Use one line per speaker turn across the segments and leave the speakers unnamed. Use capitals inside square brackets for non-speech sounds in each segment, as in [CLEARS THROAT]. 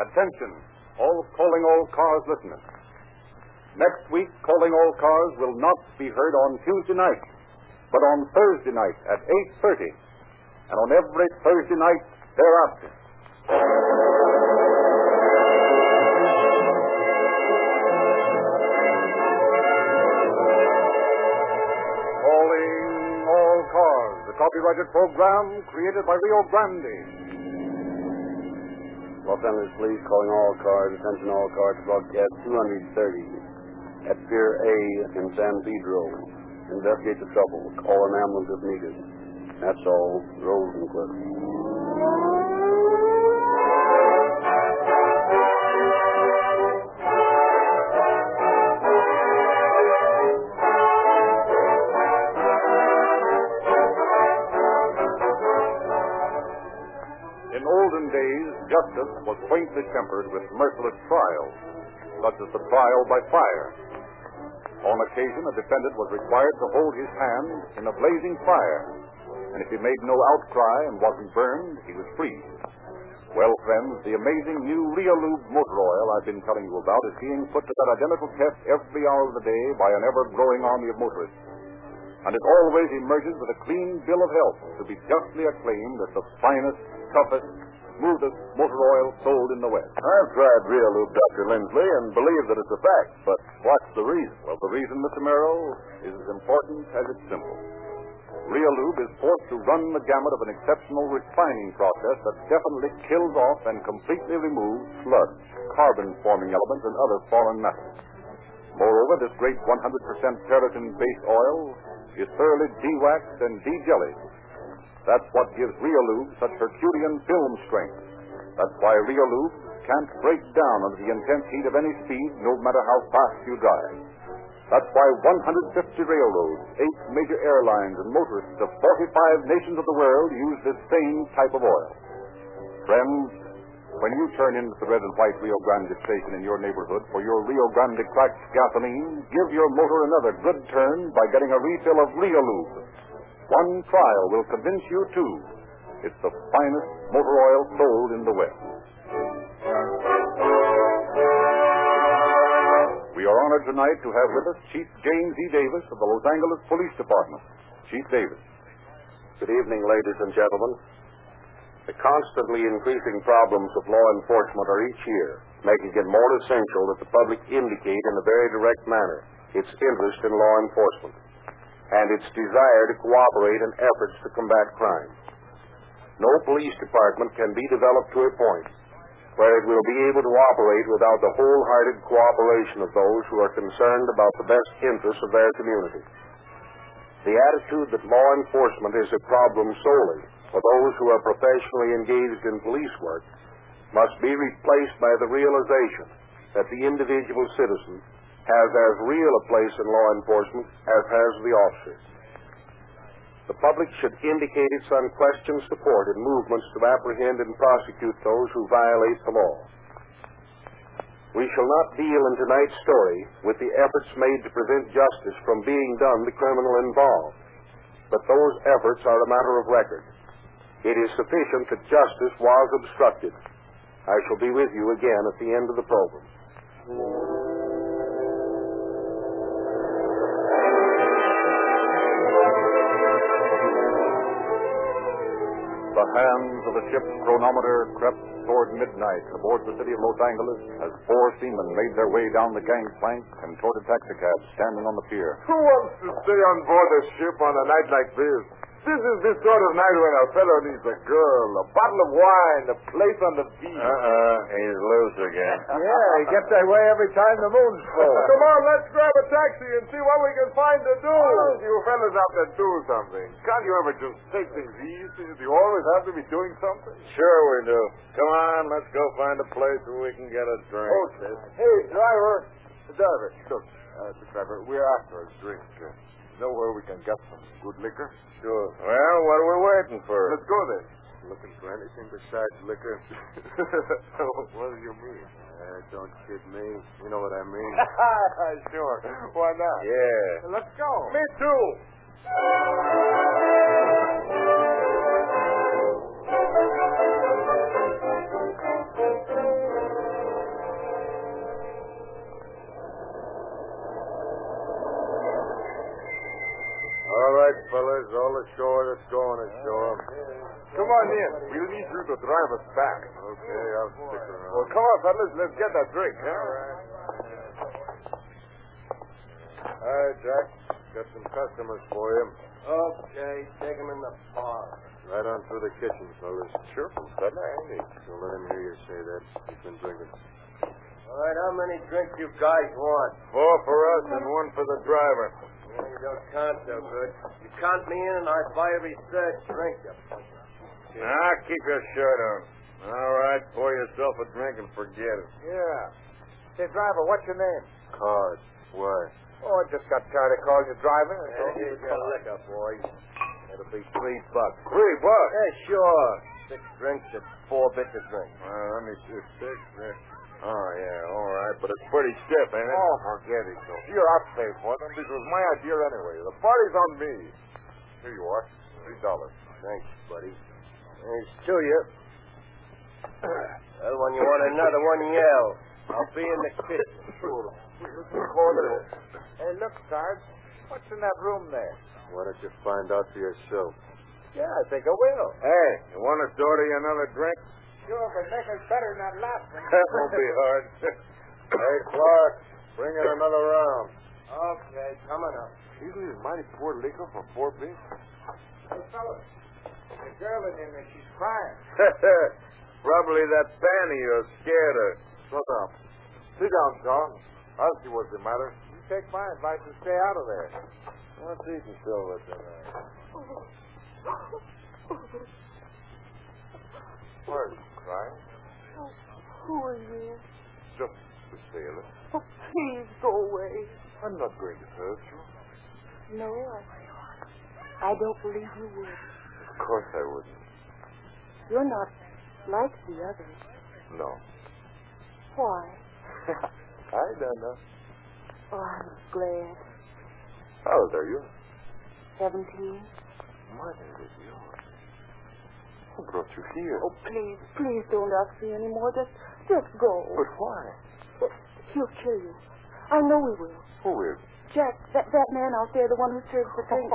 Attention, all calling all cars listeners. Next week, calling all cars will not be heard on Tuesday night, but on Thursday night at 8.30, and on every Thursday night thereafter. Calling all cars, a copyrighted program created by Rio Grande.
Los Angeles Police calling all cars, attention all cars, broadcast 230 at Pier A in San Pedro. Investigate the trouble. Call an ambulance if needed. That's all. Rosencliff.
In olden days, justice was quaintly tempered with merciless trials, such as the trial by fire. On occasion, a defendant was required to hold his hand in a blazing fire, and if he made no outcry and wasn't burned, he was free. Well, friends, the amazing new Reolube motor oil I've been telling you about is being put to that identical test every hour of the day by an ever-growing army of motorists and it always emerges with a clean bill of health to be justly acclaimed as the finest, toughest, smoothest motor oil sold in the West.
I've tried Real Lube, Dr. Lindsley, and believe that it's a fact, but what's the reason?
Well, the reason, Mr. Merrill, is as important as it's simple. Real Lube is forced to run the gamut of an exceptional refining process that definitely kills off and completely removes sludge, carbon-forming elements, and other foreign metals. Moreover, this great 100% keratin-based oil is thoroughly de-waxed and de-jellied. That's what gives Reolube such Herculean film strength. That's why Reolube can't break down under the intense heat of any speed, no matter how fast you drive. That's why 150 railroads, eight major airlines, and motorists of 45 nations of the world use this same type of oil. Friends, when you turn into the red and white Rio Grande station in your neighborhood for your Rio Grande cracked gasoline, give your motor another good turn by getting a refill of Rio Lube. One trial will convince you, too. It's the finest motor oil sold in the West. We are honored tonight to have with us Chief James E. Davis of the Los Angeles Police Department. Chief Davis.
Good evening, ladies and gentlemen. The constantly increasing problems of law enforcement are each year, making it more essential that the public indicate in a very direct manner its interest in law enforcement and its desire to cooperate in efforts to combat crime. No police department can be developed to a point where it will be able to operate without the wholehearted cooperation of those who are concerned about the best interests of their community. The attitude that law enforcement is a problem solely for those who are professionally engaged in police work must be replaced by the realization that the individual citizen has as real a place in law enforcement as has the officer. The public should indicate its unquestioned support in movements to apprehend and prosecute those who violate the law. We shall not deal in tonight's story with the efforts made to prevent justice from being done to criminal involved, but those efforts are a matter of record. It is sufficient that justice was obstructed. I shall be with you again at the end of the program.
The hands of the ship's chronometer crept toward midnight aboard the city of Los Angeles as four seamen made their way down the gangplank and toward a taxicab standing on the pier.
Who wants to stay on board a ship on a night like this? This is the sort of night when a fellow needs a girl, a bottle of wine, a place on the beach.
Uh-uh, he's loose again.
Yeah, he gets that way every time the moon's
[LAUGHS]
full.
Come on, let's grab a taxi and see what we can find to do. Oh, you fellas have to do something. Can't you ever just take things easy? Do you always have to be doing something?
Sure we do. Come on, let's go find a place where we can get a drink.
Oh, Hey, driver. The driver. Look, uh, the driver, we're after a drink. Uh, know where we can get some good liquor?
sure. Well, what are we waiting for?
Let's go then. Looking for anything besides
[LAUGHS]
liquor? [LAUGHS] what do you mean? Uh, don't kid me. You know what I
[LAUGHS]
mean. sure. Why not?
Yeah.
Let's go.
Oh,
Me too.
on in. We'll need you to drive us back. Okay, I'll stick around. Well, come on, fellas. Let's get that drink, huh? All right. All right, Jack. Got some customers for you.
Okay, take him in the bar.
Right on through the kitchen, fellas. Cheerful, fella, ain't he? So let him hear you say that. He's been drinking.
All right, how many drinks you guys want?
Four for us and one for the driver.
Well, you don't count so good. You count me in and I buy every third drink.
Ah, keep your shirt on. All right, pour yourself a drink and forget it.
Yeah. Hey, driver, what's your name?
Card. Why?
Oh, I just got tired of calling you driver. here's your liquor, boy. It'll be three bucks.
Three bucks.
Yeah, sure. Six drinks at four bits a drink.
Well, let me see. Six, six. Oh, yeah, all right, but it's pretty stiff, ain't it?
Oh, forget it, though.
Here, I'll pay for them. This was my idea anyway. The party's on me. Here you are. Three dollars.
Thanks, buddy. There's two of you. well, when you want another one, yell. I'll be in the kitchen. Hey, look, Sarge. What's in that room there?
Why don't you find out for yourself?
Yeah, I think I will.
Hey, you want us to order you another drink? [LAUGHS]
Sure, but make us better than that last one.
That won't be hard. [LAUGHS] hey, Clark, bring in another round.
Okay, coming up.
Usually it's mighty poor liquor for four beers.
Hey, fellas. The girl in there, she's crying.
[LAUGHS] Probably that fanny you scared her. Slow down. Sit down, John. I'll see what's the matter.
You take my advice and stay out of there.
What's eating Silver tonight? Why are you crying?
Who are you?
Just the sailor.
Oh, please go away.
I'm not going to hurt you.
No, I, I don't believe you will.
Of course I wouldn't.
You're not like the others.
No.
Why?
I don't know.
Oh, I'm glad.
How old are you?
Seventeen.
Mother of yours. Who brought you here?
Oh, please, please don't ask me anymore. Just, just go.
but why? [LAUGHS]
He'll kill you. I know he will.
Who is?
Jack, that, that man out there, the one who serves the drink,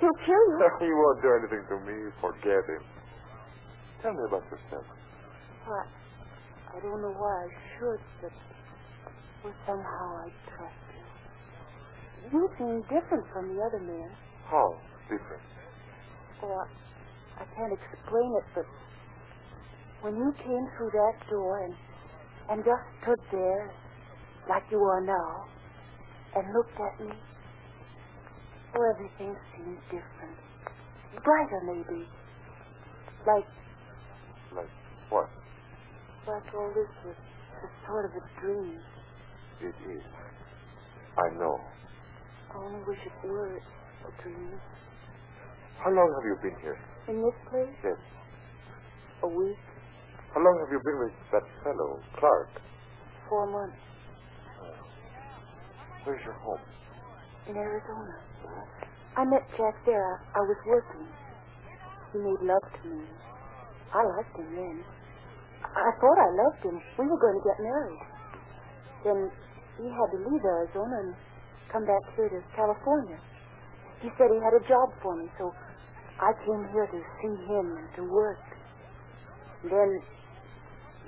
he'll kill you.
[LAUGHS] he won't do anything to me. Forget him. Tell me about yourself.
Well, I don't know why I should, but well, somehow I trust you. You seem different from the other men.
How different?
Well, I can't explain it, but when you came through that door and and just stood there like you are now and looked at me, oh, everything seemed different, brighter maybe, like
Like what?
like all this was, was sort of a dream.
It is. I know.
I only wish it were a dream.
How long have you been here?
In this place,
Yes.
a week,
How long have you been with that fellow, Clark?
four months
Where's your home?
in Arizona. I met Jack there. I, I was working. He made love to me. I liked him then. I thought I loved him. We were going to get married. Then he had to leave Arizona and come back here to California. He said he had a job for me, so I came here to see him and to work. Then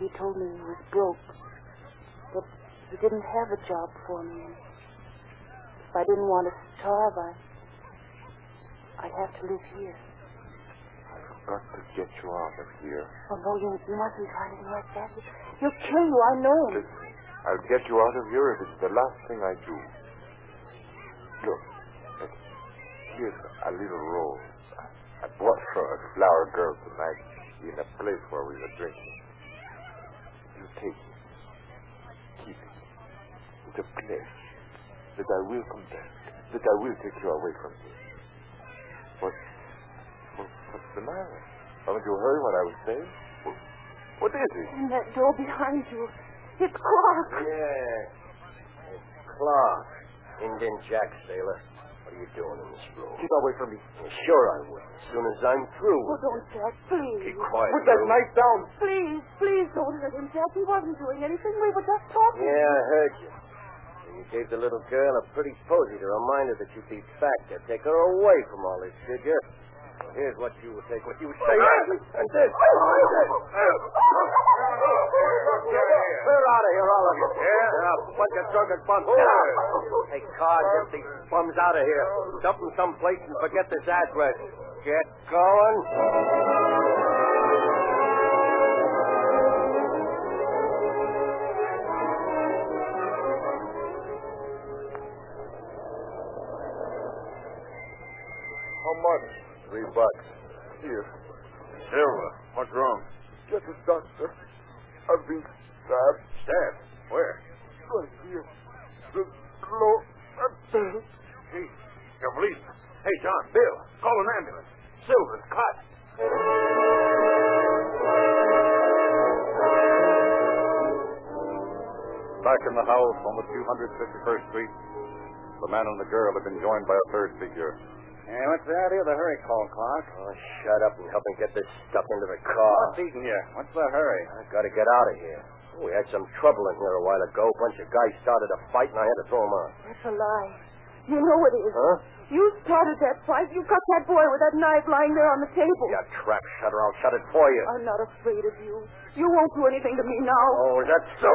he told me he was broke, that he didn't have a job for me, and if I didn't want to starve, I, I'd have to live here.
I've got to get you out of here.
Oh, no, you, you mustn't try anything like that. He'll kill you, I know him.
Listen, I'll get you out of here if it's the last thing I do. Look, eh, here's a little rose. I bought from a flower girl tonight in a place where we were drinking. You take it. Keep it. It's a pledge that I will come back, that I will take you away from here. What, what what's the matter? Haven't you heard what I was saying? What, what is it?
And that door behind you, it's Clark.
Yeah. It's Clark. Indian Jack, sailor. What are you doing in this room?
Keep away from me.
Sure I will. As soon as I'm through.
Oh, don't, Jack, please.
Be quiet.
Put that
girl.
knife down.
Please, please don't hurt him, Jack. He wasn't doing anything. We were just talking.
Yeah, I heard you. And you gave the little girl a pretty posy to remind her that you'd be back to take her away from all this, did you?
Well, here's what you will take, what you say, and this. and this. Clear out of here, all of you. Yeah? You're a bunch of drunken bums. Get out. Take cars, get these bums out of here. Dump them someplace and forget this address. Get going.
How much?
Three bucks.
Here.
Silver. What's wrong?
Get a doctor. I've been stabbed.
Stabbed. Where?
Right here. The blow.
Gee, you're bleeding. Hey, John, Bill, call an ambulance. Silver's caught. Back in the house on the 251st Street, the man and the girl had been joined by a third figure.
Hey, what's the idea of the hurry call, Clark? Oh, shut up and help me get this stuff into the car.
What's eating you? What's the hurry?
I gotta get out of here. We had some trouble in here a while ago. A bunch of guys started a fight, and I had to throw 'em out.
That's a lie. You know it is.
Huh?
You started that fight. You got that boy with that knife lying there on the table.
You trap shutter, I'll shut it for you.
I'm not afraid of you. You won't do anything to me now.
Oh, is that so?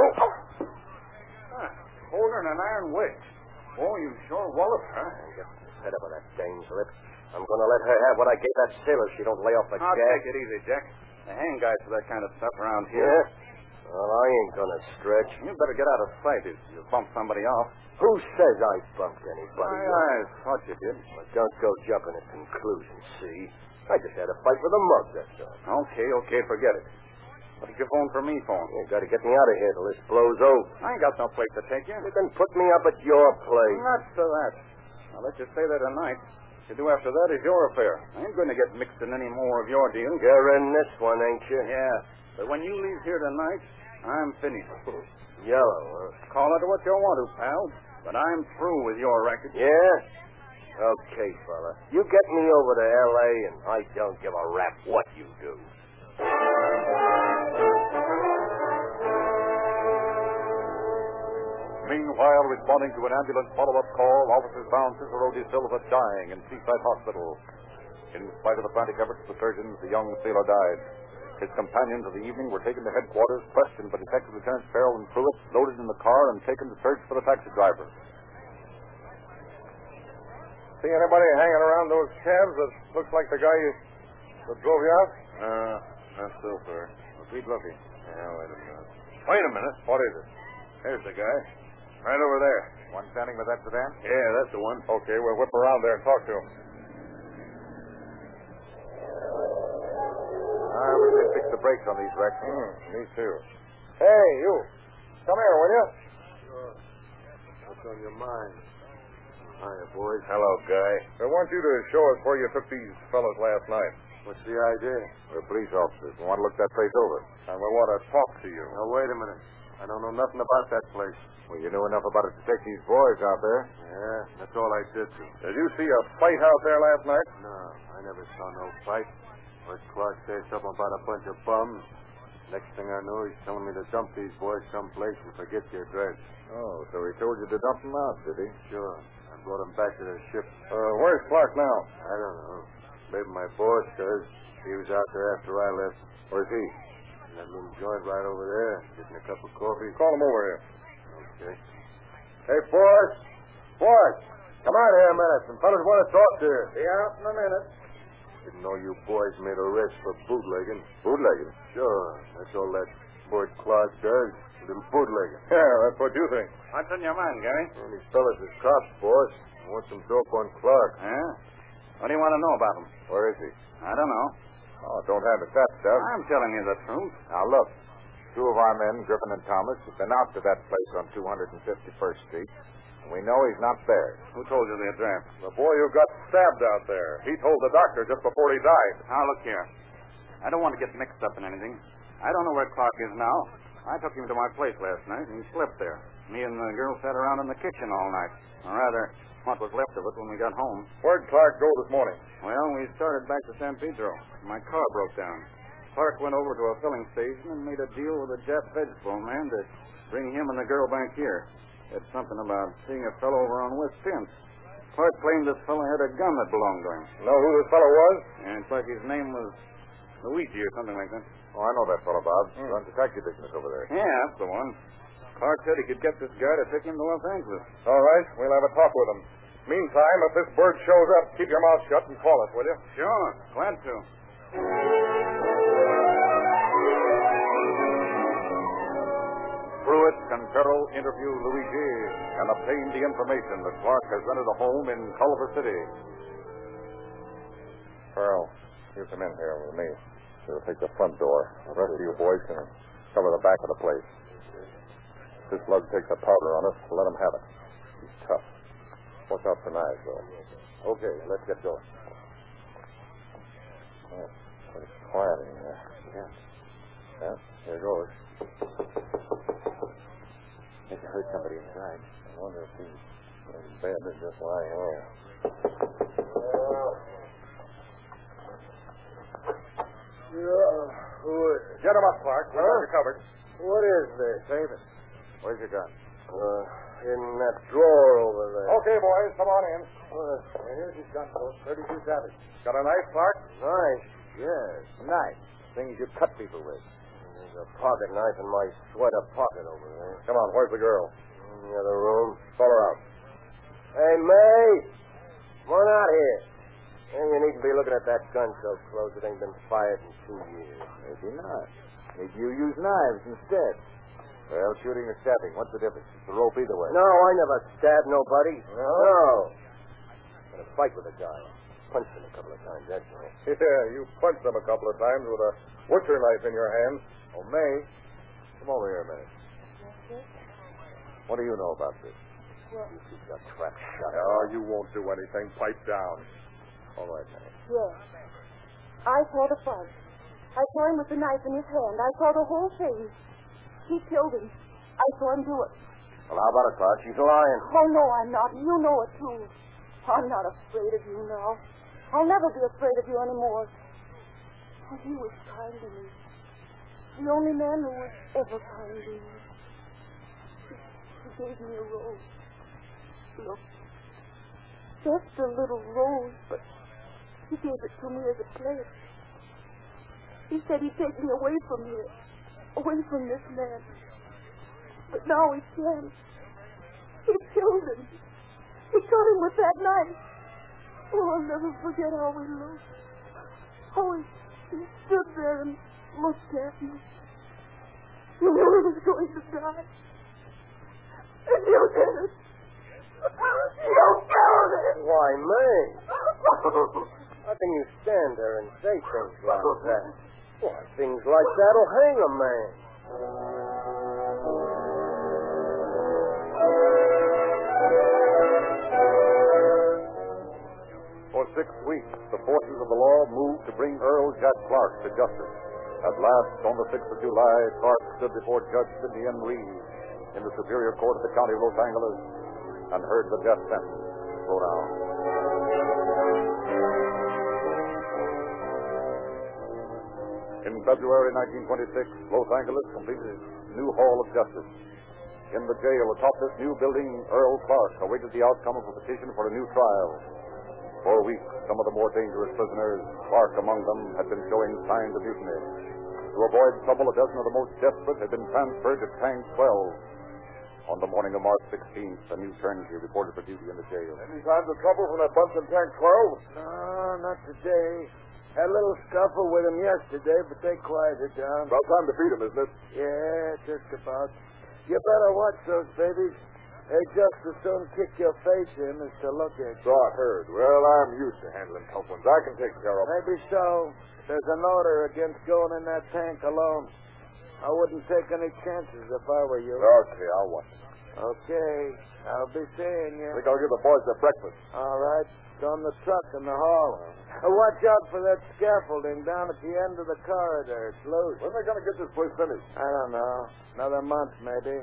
Holding an iron wedge. Oh, you sure wallop, huh?
I got fed up with that dame's lip. I'm gonna let her have what I gave that sailor if she don't lay off the
I'll
gas.
take it easy, Jack. They hang guys for that kind of stuff around
Yeah?
here.
Well, I ain't gonna stretch.
You better get out of sight if you bump somebody off.
Who says I bumped anybody?
I thought you did.
Well, don't go jumping at conclusions, see? I just had a fight with a mug, that's all.
Okay, okay, forget it. What's your phone for me phone?
You gotta get me out of here till this blows over.
I ain't got no place to take you.
You can put me up at your place.
Not so that. I'll let you stay there tonight. What you do after that is your affair. I ain't going to get mixed in any more of your dealings.
You're in this one, ain't you?
Yeah, but when you leave here tonight, I'm finished. [LAUGHS] Uh,
Yellow, huh?
Call it what you want to, pal, but I'm through with your racket.
Yeah? Okay, fella. You get me over to L.A., and I don't give a rap what you do.
Meanwhile, responding to an ambulance follow-up call, officers found Cicero de Silva dying in Seaside Hospital. In spite of the frantic efforts of the surgeons, the young sailor died. His companions of the evening were taken to headquarters, questioned by Detective Lieutenant Farrell and Pruitt, loaded in the car, and taken to search for the taxi driver.
See anybody hanging around those cabs that looks like the guy you that drove you out?
Uh, not so, sir. We'd lucky. Yeah, wait a minute. Wait a minute. What is it? There's the guy. Right over there.
One standing with that sedan?
Yeah, that's the one. Okay, well, whip around there and talk to him. I wish they'd fix the brakes on these wrecks.
Hmm.
me too.
Hey, you. Come here, will you?
What's on your mind? Hiya, boys.
Hello, guy.
I want you to show us where you took these fellows last night.
What's the idea?
We're police officers. We want to look that place over.
And we want to talk to you.
Now, wait a minute. I don't know nothing about that place.
Well, you knew enough about it to take these boys out there.
Yeah, that's all I did to.
Did you see a fight out there last night?
No, I never saw no fight. First Clark says something about a bunch of bums. Next thing I know, he's telling me to dump these boys someplace and forget the address.
Oh, so he told you to dump them out, did he?
Sure. I brought them back to their ship.
Uh, where's Clark now?
I don't know. Maybe my boss does. He was out there after I left.
Where's he?
In that little joint right over there, getting a cup of coffee.
Call him over here.
Okay.
Hey, boys. Boys. Come out here a minute. Some fellas want to talk to you.
Yeah, in a minute.
Didn't know you boys made arrests for bootlegging.
Bootlegging.
Sure. That's all that board Clark does. A little bootlegging.
[LAUGHS] Yeah, that's what you think.
What's in your mind, Gary?
And these fellas is cops, boss. I want some dope on Clark.
Huh? What do you want to know about them?
Where is he?
I don't know.
Oh, don't have it that stuff.
I'm telling you the truth.
Now, look. Two of our men, Griffin and Thomas, have been out to that place on 251st Street. and We know he's not there.
Who told you the address?
The boy who got stabbed out there. He told the doctor just before he died.
Now, look here. I don't want to get mixed up in anything. I don't know where Clark is now. I took him to my place last night, and he slept there. Me and the girl sat around in the kitchen all night. Or rather, what was left of it when we got home.
Where'd Clark go this morning?
Well, we started back to San Pedro. My car broke down. Clark went over to a filling station and made a deal with a Jap vegetable man to bring him and the girl back here. Said something about seeing a fellow over on West 10th.
Clerk claimed this fellow had a gun that belonged to him.
Know who this fellow was?
And it's like his name was Luigi or something like that.
Oh, I know that fellow, Bob.
Hmm.
Runs a taxi business over there.
Yeah, that's the one. Clark said he could get this guy to take him to Los Angeles.
All right, we'll have a talk with him. Meantime, if this bird shows up, keep your mouth shut and call us, will you?
Sure, glad to. Pruitt and Farrell interview Luigi and obtain the information that Clark has rented a home in Culver City.
Pearl, you come in here with me. We'll take the front door. The rest of you boys can cover the back of the place. This lug takes a powder on us. Let him have it. He's tough. Watch out for knives, though. Okay, let's get going. Yeah, pretty quiet in here. Yeah. Yeah, here goes. Think I heard somebody inside. I wonder if he's in bed or just lying there.
Who is it?
Get him up, Clark. We've got you covered.
What is this? Save it.
Where's your gun?
Uh, in that drawer over there.
Okay, boys, come on in.
Uh, here's his gun, Bill. 32 Savage.
Got a knife, Clark?
Nice. Yes, nice. Things you cut people with. There's a pocket knife in my sweater pocket over there.
Come on, where's the girl?
In the other room.
Call her out.
Hey, May! Come on out here. And you needn't be looking at that gun so close. It ain't been fired in two years.
Maybe not. Maybe you use knives instead. Well, shooting or stabbing, what's the difference? It's a rope either way.
No, I never stabbed nobody.
No?
No. Had a fight with a guy. Punched him a couple of times, that's
[LAUGHS]
all.
Yeah, you punched them a couple of times with a butcher knife in your hand.
Oh, May, come over here a minute. What do you know about this?
You keep your trap shut. Oh, you won't do anything. Pipe down.
All right, May.
Yes. I saw the fight. I saw him with the knife in his hand. I saw the whole thing. He killed him. I saw him do it.
Well, how about it, Clark? She's lying.
Oh, no, I'm not. You know it, too. I'm not afraid of you now. I'll never be afraid of you anymore. Oh, he was kind to me. The only man who was ever kind to me. He, he gave me a rose. Look. Just a little rose, but he gave it to me as a pledge. He said he'd take me away from here, away from this man. But now he can't. He killed him. He killed him with that knife. Oh, I'll never forget how we looked. How he, he stood there and looked at me. You knew he was going to die. And you did it. You killed him.
Why, May?
[LAUGHS]
How can you stand there and say things like that? Why, things like that'll hang a man.
For six weeks, the forces of the law moved to bring Earl Jack Clark to justice. At last, on the 6th of July, Clark stood before Judge Sidney M. Reed in the Superior Court of the County of Los Angeles and heard the death sentence thrown out. In February 1926, Los Angeles completed its new Hall of Justice. In the jail atop this new building, Earl Clark awaited the outcome of a petition for a new trial. For weeks, some of the more dangerous prisoners, Clark among them, had been showing signs of mutiny. To avoid trouble, a dozen of the most desperate had been transferred to Tank 12. On the morning of March 16th, a new turnkey reported for duty in the jail.
Any signs of trouble from that bunch in tank 12?
No, not today. Had a little scuffle with him yesterday, but they quieted down.
About time to feed him, isn't it?
Yeah, just about. You better watch those babies. They just as soon kick your face in as to look at you.
So I heard. Well, I'm used to handling tough ones. I can take care of them.
Maybe so. There's an order against going in that tank alone. I wouldn't take any chances if I were you.
Okay, I'll watch. it.
Okay, I'll be seeing you.
We're going to give the boys their breakfast.
All right, it's on the truck in the hall. Uh, watch out for that scaffolding down at the end of the corridor. It's loose.
When are they going to get this place finished?
I don't know. Another month, maybe.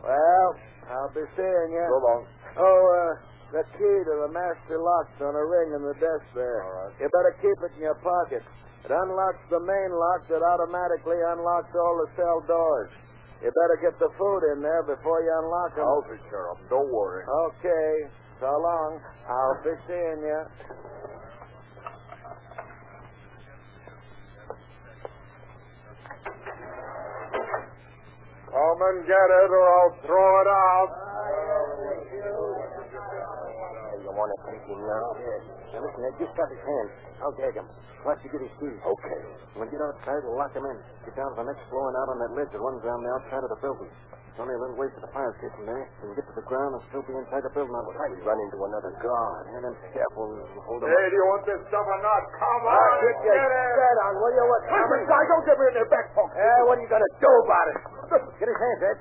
Well, I'll be seeing you.
So long.
Oh, uh, the key to the master lock's on a ring in the desk there.
All right.
You better keep it in your pocket. It unlocks the main lock that automatically unlocks all the cell doors. You better get the food in there before you unlock them.
I'll take care of them. Don't worry.
Okay. So long. I'll be seeing you.
Come and get it, or I'll throw it out.
You want to take him now? Now, listen, I just got his hand. I'll gag him. Watch you get his keys. Okay. When we get outside, we'll lock him in. Get down to the next floor and out on that ledge that runs down the outside of the building. It's only a little way to the fire escape from there. We can get to the ground and still be inside the building. I'll probably run into another guard. And then careful. Hold him.
Hey, do you want this stuff or not? Come on,
Get your head on, will you? What's coming? Guy, don't get me in their back pocket. Yeah, what are you going to do about it? Get his hands, Ed.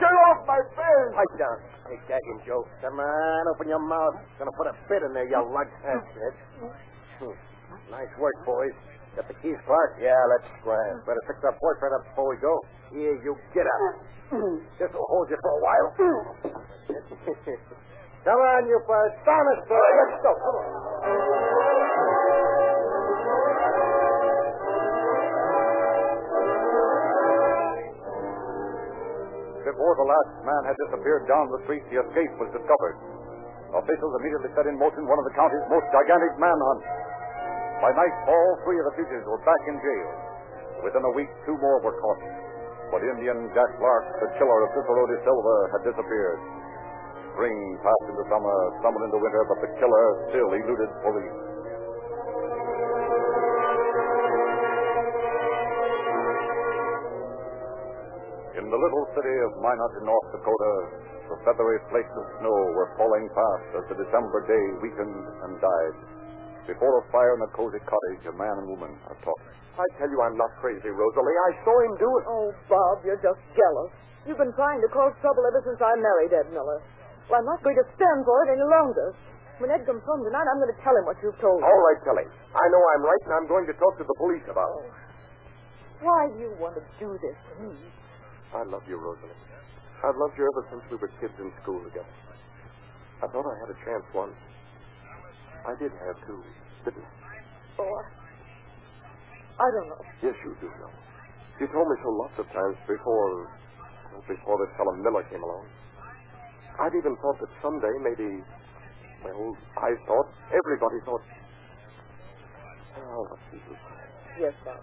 Get off my face!
Pipe down. Take that, you Joe. Come on, open your mouth. Gonna put a bit in there, you lug. That's it. Hmm. Nice work, boys. Got the keys, Clark? Yeah, let's grab. Better fix our boyfriend up before we go. Here, you get up. [CLEARS THROAT] This will hold you for a while. [LAUGHS] Come on, you birds. Down us, boys. Let's go. Come on.
Before the last man had disappeared down the street, the escape was discovered. Officials immediately set in motion one of the county's most gigantic manhunts. By night, all three of the fugitives were back in jail. Within a week, two more were caught. But Indian Jack Lark, the killer of Cicero de Silva, had disappeared. Spring passed into summer, summer into winter, but the killer still eluded police. In the little city of Minot in North Dakota, the feathery flakes of snow were falling fast as the December day weakened and died. Before a fire in a cozy cottage, a man and woman are talking.
I tell you, I'm not crazy, Rosalie. I saw him do it.
Oh, Bob, you're just jealous. You've been trying to cause trouble ever since I married Ed Miller. Well, I'm not going to stand for it any longer. When Ed comes home tonight, I'm going to tell him what you've told him.
All right, Kelly. I know I'm right, and I'm going to talk to the police about it.
Why do you want to do this to me?
I love you, Rosalie. I've loved you ever since we were kids in school together. I thought I had a chance once. I did have two, didn't I?
Oh, I, I don't know.
Yes, you do know. You told me so lots of times before, well, before this fellow Miller came along. I'd even thought that someday maybe, well, I thought, everybody thought. Oh, what's the use?
Yes, Bob.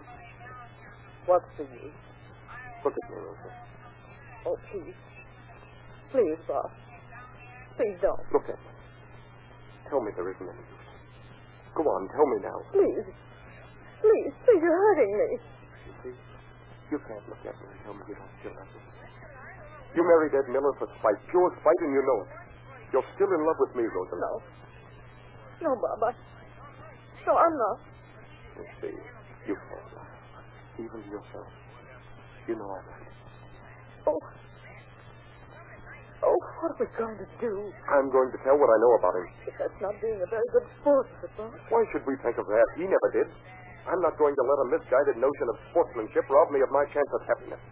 What's the use?
Look at me, Rosalie.
Oh, please. Please, Bob. Please don't.
Look at me. Tell me there isn't any use. Go on, tell me now.
Please. Please, please, you're hurting me.
You see, you can't look at me and tell me you don't still love me. You married Ed Miller for spite, pure spite, and you know it. You're still in love with me, Rosalie.
No. No, Bob, I... No, I'm not.
You see, you can't lie. Even to yourself. You know I love you.
Oh. Oh, what are we going to do?
I'm going to tell what I know about him.
That's not being a very good sport, is it, Bob?
Why should we think of that? He never did. I'm not going to let a misguided notion of sportsmanship rob me of my chance of happiness.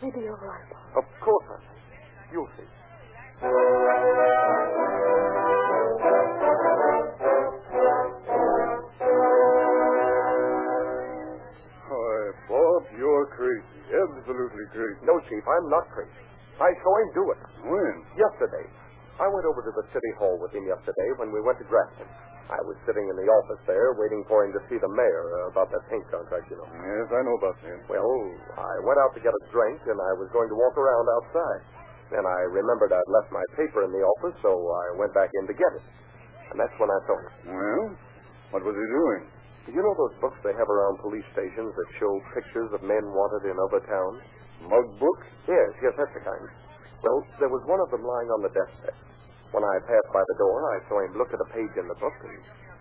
Maybe you're right, Bob.
Of course I will. You'll see.
Why, Bob, you're crazy. Absolutely crazy.
No, Chief, I'm not crazy. I saw him do it.
When?
Yesterday. I went over to the city hall with him yesterday when we went to Grafton. I was sitting in the office there waiting for him to see the mayor uh, about that paint contract, you know.
Yes, I know about him.
Well, I went out to get a drink and I was going to walk around outside. Then I remembered I'd left my paper in the office, so I went back in to get it. And that's when I saw him.
Well, what was he doing?
You know those books they have around police stations that show pictures of men wanted in other towns?
Mug books?
Yes, yes, that's the kind. Well, there was one of them lying on the desk there. When I passed by the door, I saw him look at a page in the book, and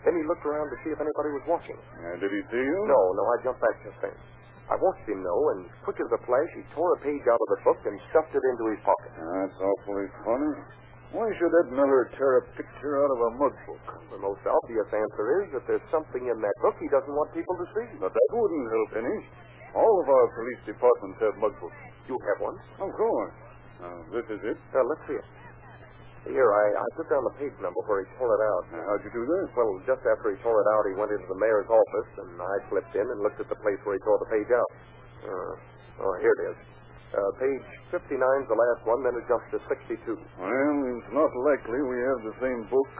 then he looked around to see if anybody was watching.
Uh, did he see you?
No, no, I jumped back just then. I watched him, though, and quick as a flash, he tore a page out of the book and stuffed it into his pocket.
That's awfully funny. Why should Ed Miller tear a picture out of a mug book?
The most obvious answer is that there's something in that book he doesn't want people to see.
But that wouldn't help any. All of our police departments have mug books.
You have one?
Of course. Now, this is it.
Uh, let's see it. Here, I, I put down the page number where he tore it out.
Now, how'd you do that?
Well, just after he tore it out, he went into the mayor's office, and I slipped in and looked at the place where he tore the page out. Uh, oh, here it is. Uh, page 59 is the last one, then it jumps to 62.
Well, it's not likely we have the same book.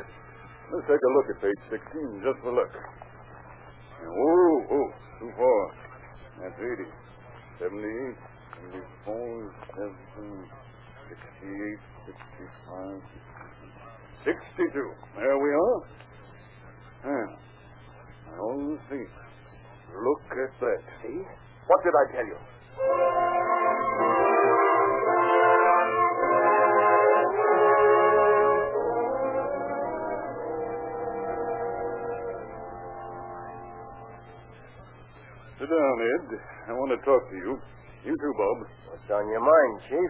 Let's take a look at page 16, just for luck. Oh, oh, too far. That's 80. 78, 74, 70, 68, 65, 62. There we are. Ah, oh, see. Look at that.
See? What did I tell you?
Sit down, Ed. I want to talk to you. You too, Bob.
What's on your mind, Chief?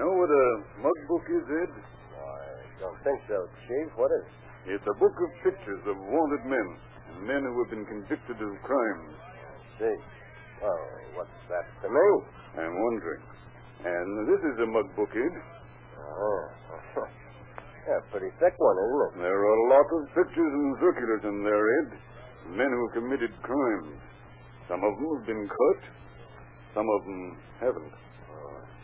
Know what a mug book is, Ed?
I don't think so, Chief. What is it?
It's a book of pictures of wanted men, and men who have been convicted of crimes.
See. Well, what's that to me?
I'm wondering. And this is a mug book, Ed.
Oh. [LAUGHS] yeah, pretty thick one, isn't it?
There are a lot of pictures and circulars in there, Ed. Men who have committed crimes. Some of them have been caught. Some of them haven't.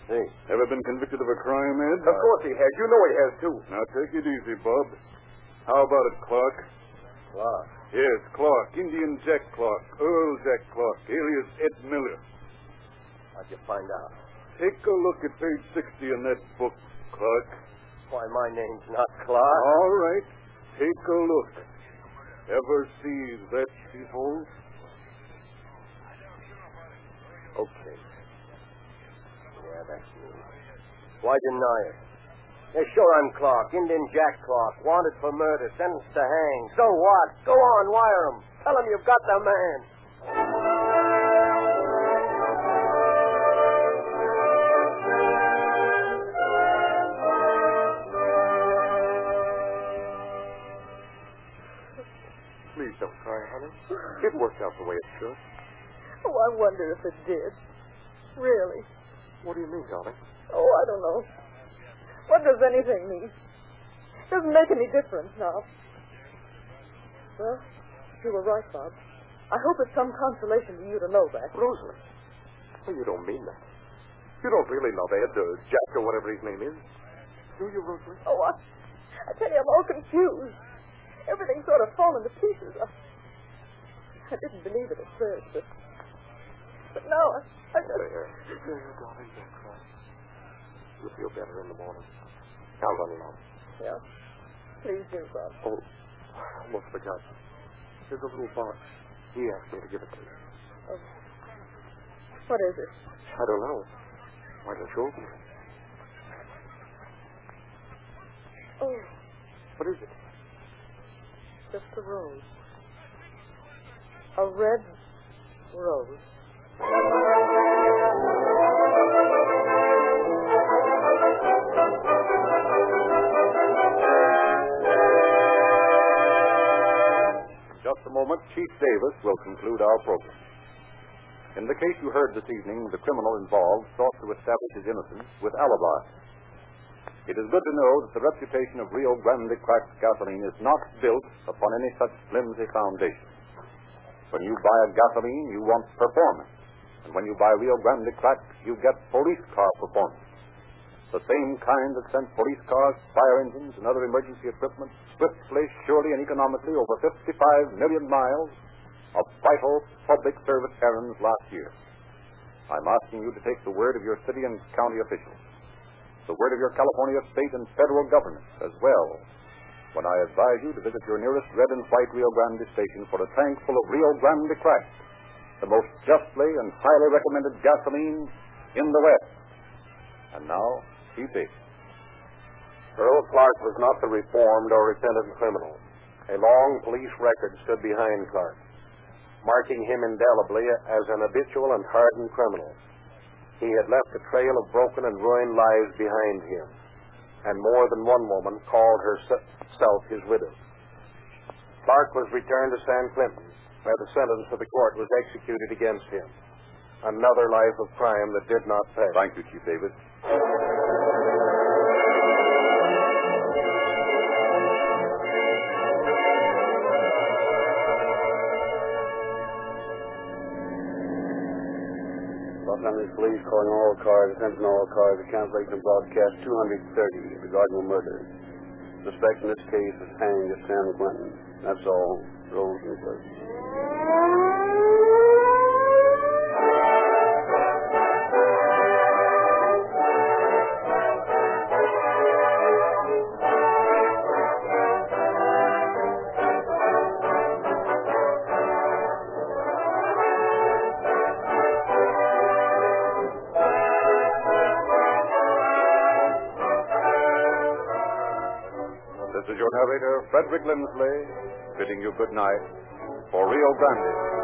See.
Ever been convicted of a crime, Ed?
Uh, Of course he has. You know he has, too.
Now take it easy, Bob. How about it, Clark?
Wow.
Yes, Clark. Indian Jack Clark. Earl Jack Clark, alias Ed Miller.
How'd you find out?
Take a look at page 60 in that book, Clark.
Why, my name's not
Uh.
Clark.
All right. Take a look. Ever see that hole?
Okay. Yeah, that's me. Why deny it? Yeah, sure, I'm Clark, Indian Jack Clark, wanted for murder, sentenced to hang. So what? Go on, wire him. Tell him you've got the man.
Please don't cry, honey. It worked out the way it should.
Oh, I wonder if it did. Really.
What do you mean, darling?
Oh, I don't know. What does anything mean? Doesn't make any difference now. Well, you were right, Bob. I hope it's some consolation to you to know that.
Rosalie. Oh, you don't mean that. You don't really love Ed or Jack or whatever his name is. Do you, Rosalie?
Oh, I, I tell you, I'm all confused. Everything's sort of fallen to pieces. I, I didn't believe it at first, but, but now I, I just...
There. There, darling, don't cry. You'll feel better in the morning. Now run along.
Yeah. Please do, Bob.
Oh, I almost forgot. There's a little box. He asked me to give it to you.
Oh. What is it?
I don't know. Why don't you open it?
Oh,
What is it?
just a rose. A red rose.
In just a moment, Chief Davis will conclude our program. In the case you heard this evening, the criminal involved sought to establish his innocence with alibis. It is good to know that the reputation of Rio Grande cracked gasoline is not built upon any such flimsy foundation. When you buy a gasoline, you want performance. And when you buy Rio Grande cracked, you get police car performance. The same kind that sent police cars, fire engines, and other emergency equipment swiftly, surely, and economically over 55 million miles of vital public service errands last year. I'm asking you to take the word of your city and county officials, the word of your California state and federal governments as well, when I advise you to visit your nearest red and white Rio Grande station for a tank full of Rio Grande crack, the most justly and highly recommended gasoline in the West. And now, keep it.
Earl Clark was not the reformed or repentant criminal. A long police record stood behind Clark, marking him indelibly as an habitual and hardened criminal. He had left a trail of broken and ruined lives behind him, and more than one woman called herself his widow. Clark was returned to San Clinton, where the sentence of the court was executed against him. Another life of crime that did not pay.
Thank you, Chief Davis.
But now County Police calling all cars, attention all cars, account late and broadcast 230 regarding a murder. Suspect in this case is hanged at San Quentin. That's all. Rolls and clerk.
This is your narrator, Frederick Lindsley, bidding you good night for Rio Grande.